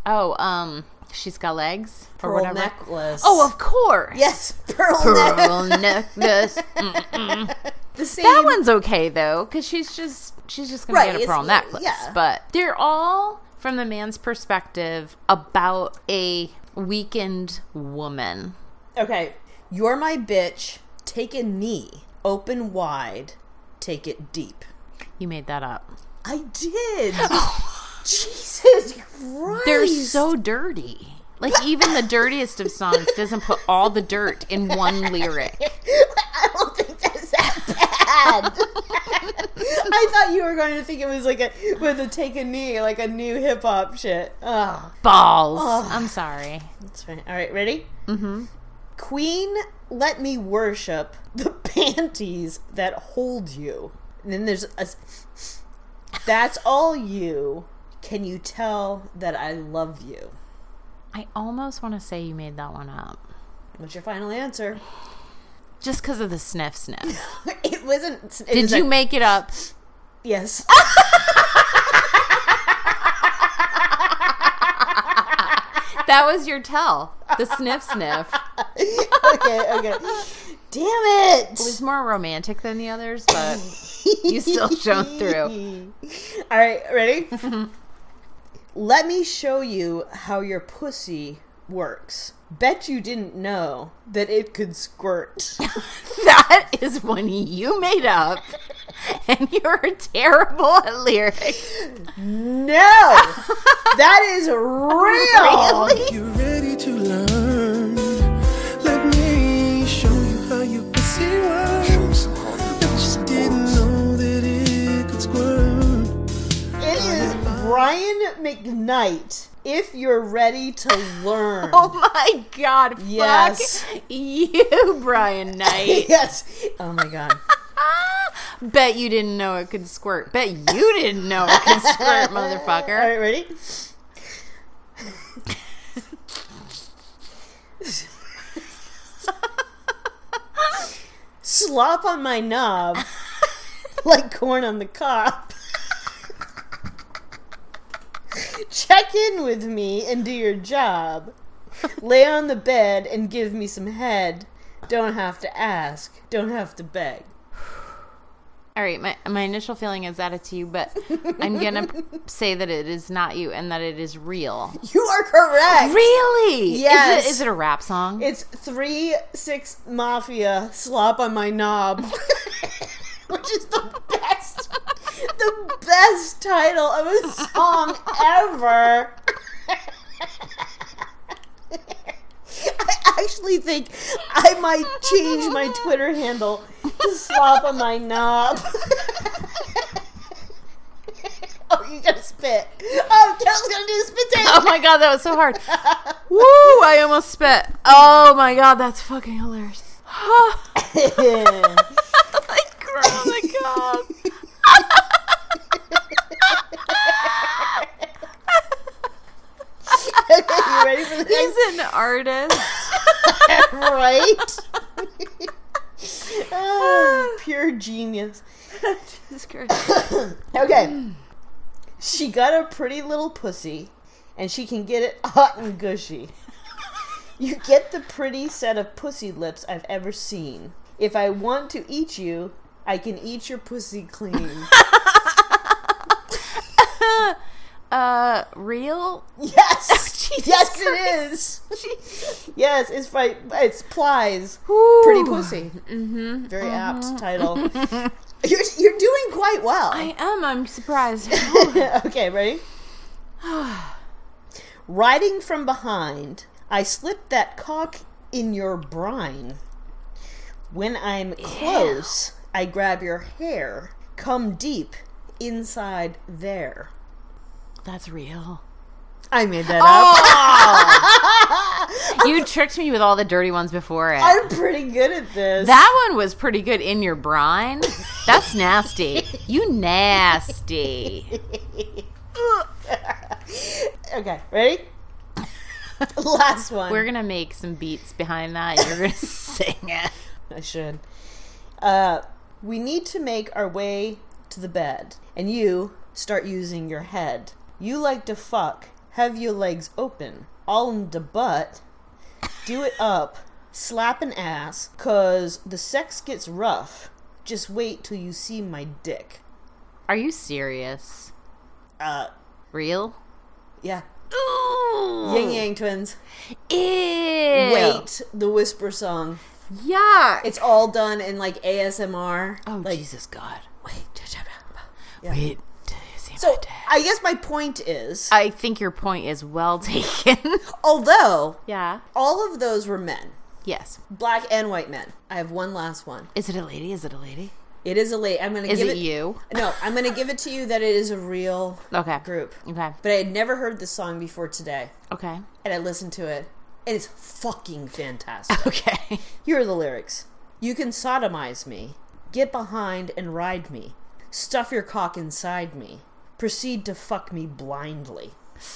Speaker 2: Oh, um, she's got legs or
Speaker 1: Pearl
Speaker 2: whatever.
Speaker 1: necklace.
Speaker 2: Oh, of course.
Speaker 1: yes, pearl, necklace.
Speaker 2: Pearl necklace. Mm,
Speaker 1: The same.
Speaker 2: That one's okay though, because she's just she's just gonna
Speaker 1: Right,
Speaker 2: get a
Speaker 1: it's-
Speaker 2: pearl necklace.
Speaker 1: yeah.
Speaker 2: But they're all from the man's perspective about a weakened woman.
Speaker 1: Okay. You're my bitch. Take a knee. Open wide. Take it deep.
Speaker 2: You made that up.
Speaker 1: I did. Jesus Christ.
Speaker 2: Oh. They're so dirty. Like even the dirtiest of songs doesn't put all the dirt in one lyric.
Speaker 1: I don't think that's that bad. I thought you were going to think it was like a with a take a knee, like a new hip hop shit. Oh,
Speaker 2: Balls. I'm sorry.
Speaker 1: that's fine. All right, ready? Mm-hmm. Queen, let me worship the panties that hold you. And then there's a. That's all you. Can you tell that I love you?
Speaker 2: I almost want to say you made that one up.
Speaker 1: What's your final answer?
Speaker 2: Just because of the sniff sniff.
Speaker 1: it wasn't. It
Speaker 2: Did
Speaker 1: was
Speaker 2: you
Speaker 1: a-
Speaker 2: make it up?
Speaker 1: Yes.
Speaker 2: That was your tell. The sniff sniff.
Speaker 1: okay. Okay. Damn it!
Speaker 2: It was more romantic than the others, but you still shone through.
Speaker 1: All right, ready? Let me show you how your pussy works. Bet you didn't know that it could squirt.
Speaker 2: That is one you made up, and you're terrible at lyrics.
Speaker 1: no! that is real!
Speaker 2: Really?
Speaker 3: You're ready to learn. Let me show you how your pussy works. But you didn't know that it could squirt.
Speaker 1: It is Brian McKnight. If you're ready to learn.
Speaker 2: Oh my god! Fuck
Speaker 1: Yes.
Speaker 2: you, Brian Knight.
Speaker 1: yes. Oh my god.
Speaker 2: Bet you didn't know it could squirt. Bet you didn't know it could squirt,
Speaker 1: All
Speaker 2: motherfucker.
Speaker 1: right, ready? Slop on my knob like corn on the cob. Check in with me and do your job. Lay on the bed and give me some head. Don't have to ask. Don't have to beg.
Speaker 2: All right, my my initial feeling is that it's you, but I'm gonna say that it is not you and that it is real.
Speaker 1: You are correct.
Speaker 2: Really?
Speaker 1: Yes.
Speaker 2: Is it, is it a rap song?
Speaker 1: It's three six mafia slop on my knob, which is the best, the best title of a song ever. I actually think I might change my Twitter handle to slop on my knob. oh, you gotta spit. Oh, Carol's gonna do a spit take.
Speaker 2: oh my god, that was so hard. Woo! I almost spit. Oh my god, that's fucking hilarious. like, oh my god.
Speaker 1: okay, you ready for the next
Speaker 2: He's an artist.
Speaker 1: right? Ah, pure genius.
Speaker 2: Jesus Christ.
Speaker 1: Okay. She got a pretty little pussy, and she can get it hot and gushy. You get the pretty set of pussy lips I've ever seen. If I want to eat you, I can eat your pussy clean.
Speaker 2: Uh, real?
Speaker 1: yes,
Speaker 2: Jesus
Speaker 1: yes, it is. Yes, it's by it's plies.
Speaker 2: Woo.
Speaker 1: Pretty pussy. Very apt title. you're you're doing quite well.
Speaker 2: I am. I'm surprised.
Speaker 1: okay, ready? Riding from behind, I slipped that cock in your brine. When I'm close, I grab your hair. Come deep inside there.
Speaker 2: That's real.
Speaker 1: I made that
Speaker 2: Oh! You tricked me with all the dirty ones before it.
Speaker 1: I'm pretty good at this.
Speaker 2: That one was pretty good in your brine. That's nasty. You nasty.
Speaker 1: okay, ready? Last one.
Speaker 2: We're gonna make some beats behind that. and You're gonna sing it.
Speaker 1: I should. Uh, we need to make our way to the bed, and you start using your head. You like to fuck, have your legs open, all in the butt. Do it up, slap an ass, cause the sex gets rough. Just wait till you see my dick.
Speaker 2: Are you serious?
Speaker 1: Uh,
Speaker 2: Real?
Speaker 1: yeah.
Speaker 2: Ooh.
Speaker 1: Yang Yang Twins.
Speaker 2: Ew.
Speaker 1: Wait, the whisper song.
Speaker 2: Yeah.
Speaker 1: It's all done in like ASMR.
Speaker 2: oh
Speaker 1: like,
Speaker 2: Jesus God.
Speaker 1: wait. Yeah.
Speaker 2: Wait. till you see my
Speaker 1: So
Speaker 2: dick.
Speaker 1: I guess my point is,
Speaker 2: I think your point is well taken.
Speaker 1: although
Speaker 2: yeah.
Speaker 1: All of those were men,
Speaker 2: Yes.
Speaker 1: black and white men. I have one last one.
Speaker 2: Is it a lady? Is it a lady?
Speaker 1: It is a late. I'm gonna
Speaker 2: Is
Speaker 1: give
Speaker 2: it you?
Speaker 1: No, I'm gonna give it to you that it is a real
Speaker 2: Okay.
Speaker 1: group.
Speaker 2: Okay.
Speaker 1: But I had never heard this song before today,
Speaker 2: Okay.
Speaker 1: and I listened to it, and it's fucking fantastic.
Speaker 2: Okay.
Speaker 1: Here are the lyrics: You can sodomize me, get behind and ride me, stuff your cock inside me, proceed to fuck me blindly.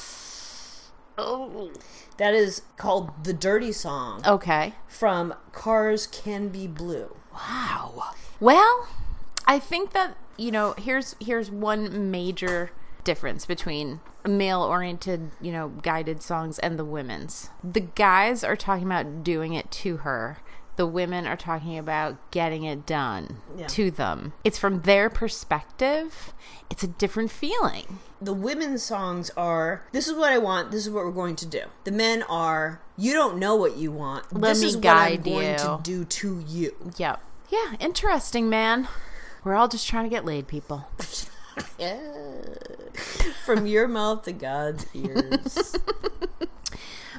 Speaker 2: Oh.
Speaker 1: That is called The Dirty Song
Speaker 2: Okay.
Speaker 1: from Cars Can Be Blue.
Speaker 2: Wow. Well, I think that you know here's here's one major difference between male oriented you know guided songs and the women's. The guys are talking about doing it to her. The women are talking about getting it done
Speaker 1: Yeah.
Speaker 2: to them. It's from their perspective. It's a different feeling.
Speaker 1: The women's songs are this is what I want, this is what we're going to do. The men are you don't know what you want.
Speaker 2: Let
Speaker 1: this
Speaker 2: me
Speaker 1: is
Speaker 2: guide
Speaker 1: what I'm going
Speaker 2: you."
Speaker 1: to do to you.
Speaker 2: Yep. Yeah, interesting, man. We're all just trying to get laid, people.
Speaker 1: From your mouth to God's ears.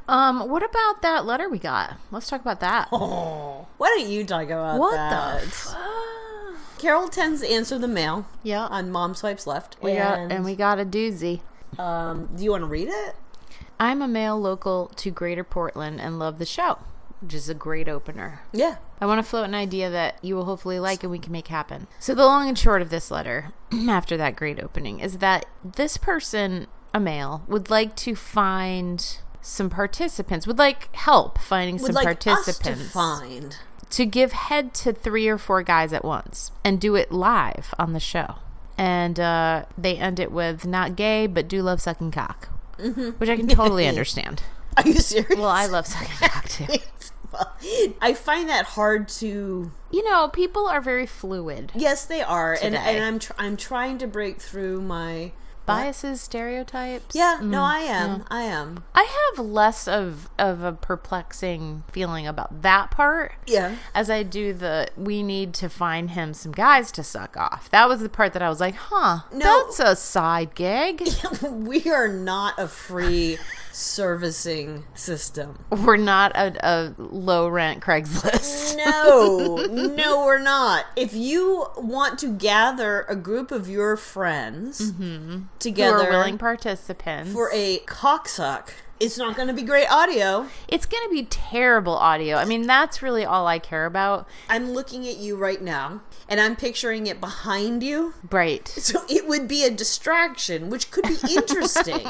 Speaker 2: Um, what about that letter we got? Let's talk about that.
Speaker 1: oh, why don't you talk about
Speaker 2: What
Speaker 1: that?
Speaker 2: the fuck?
Speaker 1: Carol tends to answer the mail.
Speaker 2: Yeah.
Speaker 1: On Mom Swipes Left.
Speaker 2: We got- and we got a doozy.
Speaker 1: um, do you want to read it?
Speaker 2: I'm a male local to Greater Portland and love the show, which is a great opener.
Speaker 1: Yeah.
Speaker 2: I want to float an idea that you will hopefully like and we can make happen. So, the long and short of this letter, after that great opening, is that this person, a male, would like to find some participants, would like help finding
Speaker 1: Would
Speaker 2: some
Speaker 1: like us
Speaker 2: participants
Speaker 1: to find.
Speaker 2: to give head to three or four guys at once and do it live on the show. And uh, they end it with not gay, but do love sucking cock, which I can totally understand.
Speaker 1: Are you serious?
Speaker 2: Mm-hmm. Well, I love sucking cock too.
Speaker 1: Well, I find that hard to.
Speaker 2: You know, people are very fluid.
Speaker 1: Yes, they are, and,
Speaker 2: Today.
Speaker 1: and I'm tr- I'm trying to break through my.
Speaker 2: Biases, stereotypes.
Speaker 1: Yeah, no,
Speaker 2: Mm,
Speaker 1: I am, I am.
Speaker 2: I have less of of a perplexing feeling about that part.
Speaker 1: Yeah.
Speaker 2: As I do the we need to find him some guys to suck off. That was the part that I was like, huh,
Speaker 1: No.
Speaker 2: that's a side gig.
Speaker 1: we are not a free servicing system.
Speaker 2: We're not a, a low rent Craigslist.
Speaker 1: No, no, we're not. If you want to gather a group of your friends
Speaker 2: Mm-hmm. Who
Speaker 1: together
Speaker 2: are willing participants.
Speaker 1: for a cocksuck, it's not going to be great audio.
Speaker 2: it's going to be terrible audio. I mean, that's really all I care about.
Speaker 1: I'm looking at you right now, and I'm picturing it behind you.
Speaker 2: Right.
Speaker 1: So it would be a distraction, which could be interesting.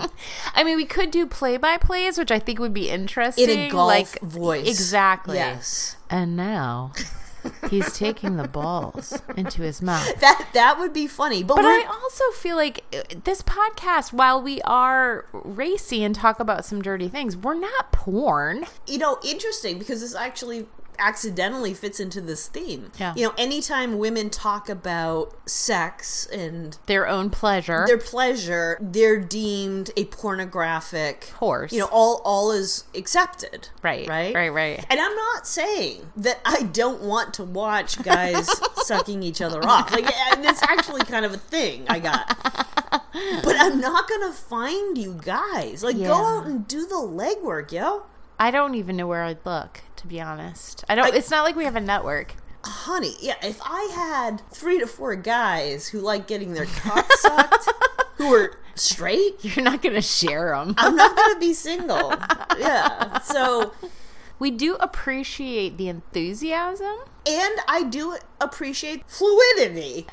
Speaker 2: I mean, we could do play by plays, which I think would be interesting.
Speaker 1: in a golf
Speaker 2: like
Speaker 1: voice.
Speaker 2: Exactly.
Speaker 1: Yes.
Speaker 2: And now he's taking the balls into his mouth.
Speaker 1: That that would be funny. But,
Speaker 2: But
Speaker 1: we're-
Speaker 2: I also feel like uh, this podcast, while we are racy and talk about some dirty things, we're not porn.
Speaker 1: you know, interesting because this actually accidentally fits into this theme.
Speaker 2: Yeah.
Speaker 1: You know, anytime women talk about sex and
Speaker 2: Their own pleasure.
Speaker 1: their pleasure, they're deemed a pornographic
Speaker 2: course.
Speaker 1: You know, all all is accepted.
Speaker 2: Right,
Speaker 1: Right.
Speaker 2: right, right.
Speaker 1: And I'm not saying that I don't want to watch guys sucking each other off. Like and it's actually kind of a thing I got. But I'm not gonna find you guys. Like
Speaker 2: Yeah.
Speaker 1: go out and do the legwork, yo.
Speaker 2: I don't even know where I'd look, to be honest. I don't.
Speaker 1: I-
Speaker 2: it's not like we have a network.
Speaker 1: Honey, yeah, if I had three to four guys who like getting their cock sucked who are straight,
Speaker 2: You're not going to share them.
Speaker 1: I'm not gonna be single. Yeah. So
Speaker 2: we do appreciate the enthusiasm.
Speaker 1: and I do appreciate fluidity.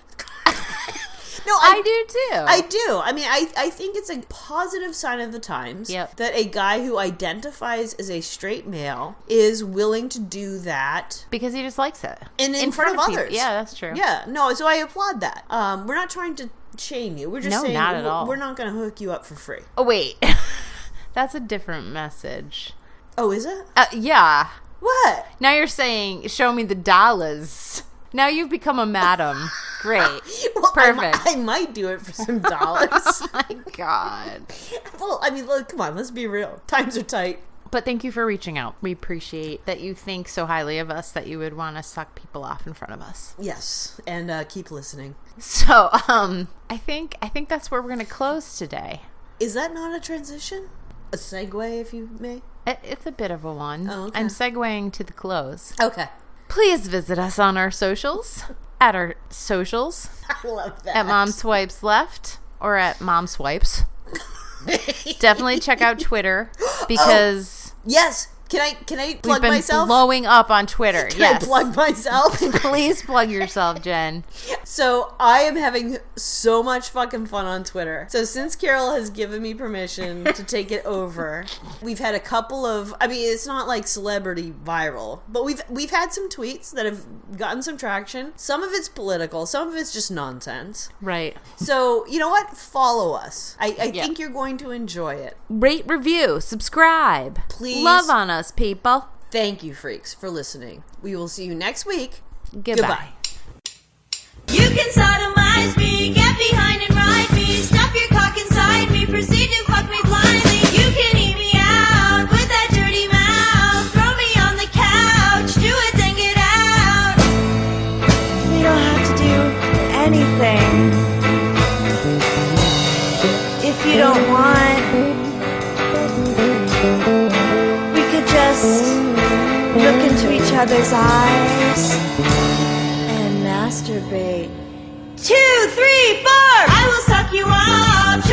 Speaker 1: no,
Speaker 2: I, do too.
Speaker 1: I do. I mean, I, I think it's a positive sign of the times
Speaker 2: Yep.
Speaker 1: that a guy who identifies as a straight male is willing to do that
Speaker 2: because he just likes it.
Speaker 1: in, in, front, of
Speaker 2: people.
Speaker 1: others.
Speaker 2: Yeah, that's true.
Speaker 1: Yeah, no, so I applaud that. Um, we're not trying to shame you. We're just
Speaker 2: No,
Speaker 1: saying
Speaker 2: not at
Speaker 1: w-
Speaker 2: all.
Speaker 1: we're not going to hook you up for free.
Speaker 2: Oh wait, that's a different message.
Speaker 1: Oh, is it?
Speaker 2: Uh, yeah.
Speaker 1: What?
Speaker 2: Now you're saying, show me the dollars. Now you've become a madam. Great.
Speaker 1: Well, I mi-
Speaker 2: Perfect.
Speaker 1: I, might do it for some dollars.
Speaker 2: My God.
Speaker 1: well, I mean, look, come on, let's be real. Times are tight.
Speaker 2: But thank you for reaching out. We appreciate that you think so highly of us that you would want to suck people off in front of us.
Speaker 1: Yes, and uh, keep listening.
Speaker 2: So, um, I think I think that's where we're going to close today.
Speaker 1: Is that not a transition? A segue, if you may?
Speaker 2: It, it's a bit of a one.
Speaker 1: Oh, okay.
Speaker 2: I'm segueing to the close.
Speaker 1: Okay.
Speaker 2: Please visit us on our socials. At our socials,
Speaker 1: I love that.
Speaker 2: at Mom Swipes Left or at Mom Oh, Swipes. Definitely check out Twitter because
Speaker 1: yes, Can I can I
Speaker 2: We've
Speaker 1: plug
Speaker 2: been
Speaker 1: myself?
Speaker 2: blowing up on Twitter.
Speaker 1: can
Speaker 2: yes.
Speaker 1: I plug myself?
Speaker 2: Please plug yourself, Jen.
Speaker 1: So I am having so much fucking fun on Twitter. So since Carol has given me permission to take it over, we've had a couple of I mean it's not like celebrity viral, but we've we've had some tweets that have gotten some traction. Some of it's political, some of it's just nonsense.
Speaker 2: Right.
Speaker 1: So you know what? Follow us. I, I
Speaker 2: Yeah.
Speaker 1: think you're going to enjoy it.
Speaker 2: Rate, review, subscribe.
Speaker 1: Please.
Speaker 2: Love on us, people.
Speaker 1: Thank you, freaks, for listening. We will see you next week.
Speaker 2: Goodbye.
Speaker 1: Goodbye.
Speaker 4: You can sodomize me, get behind and ride me, stuff your cock inside me, proceed to fuck me blindly. You can eat me out with that dirty mouth, throw me on the couch, do it then get out.
Speaker 5: We don't have to do anything. If you don't want, we could just look into each other's eyes and masturbate.
Speaker 4: Two, three, four. I will suck you up.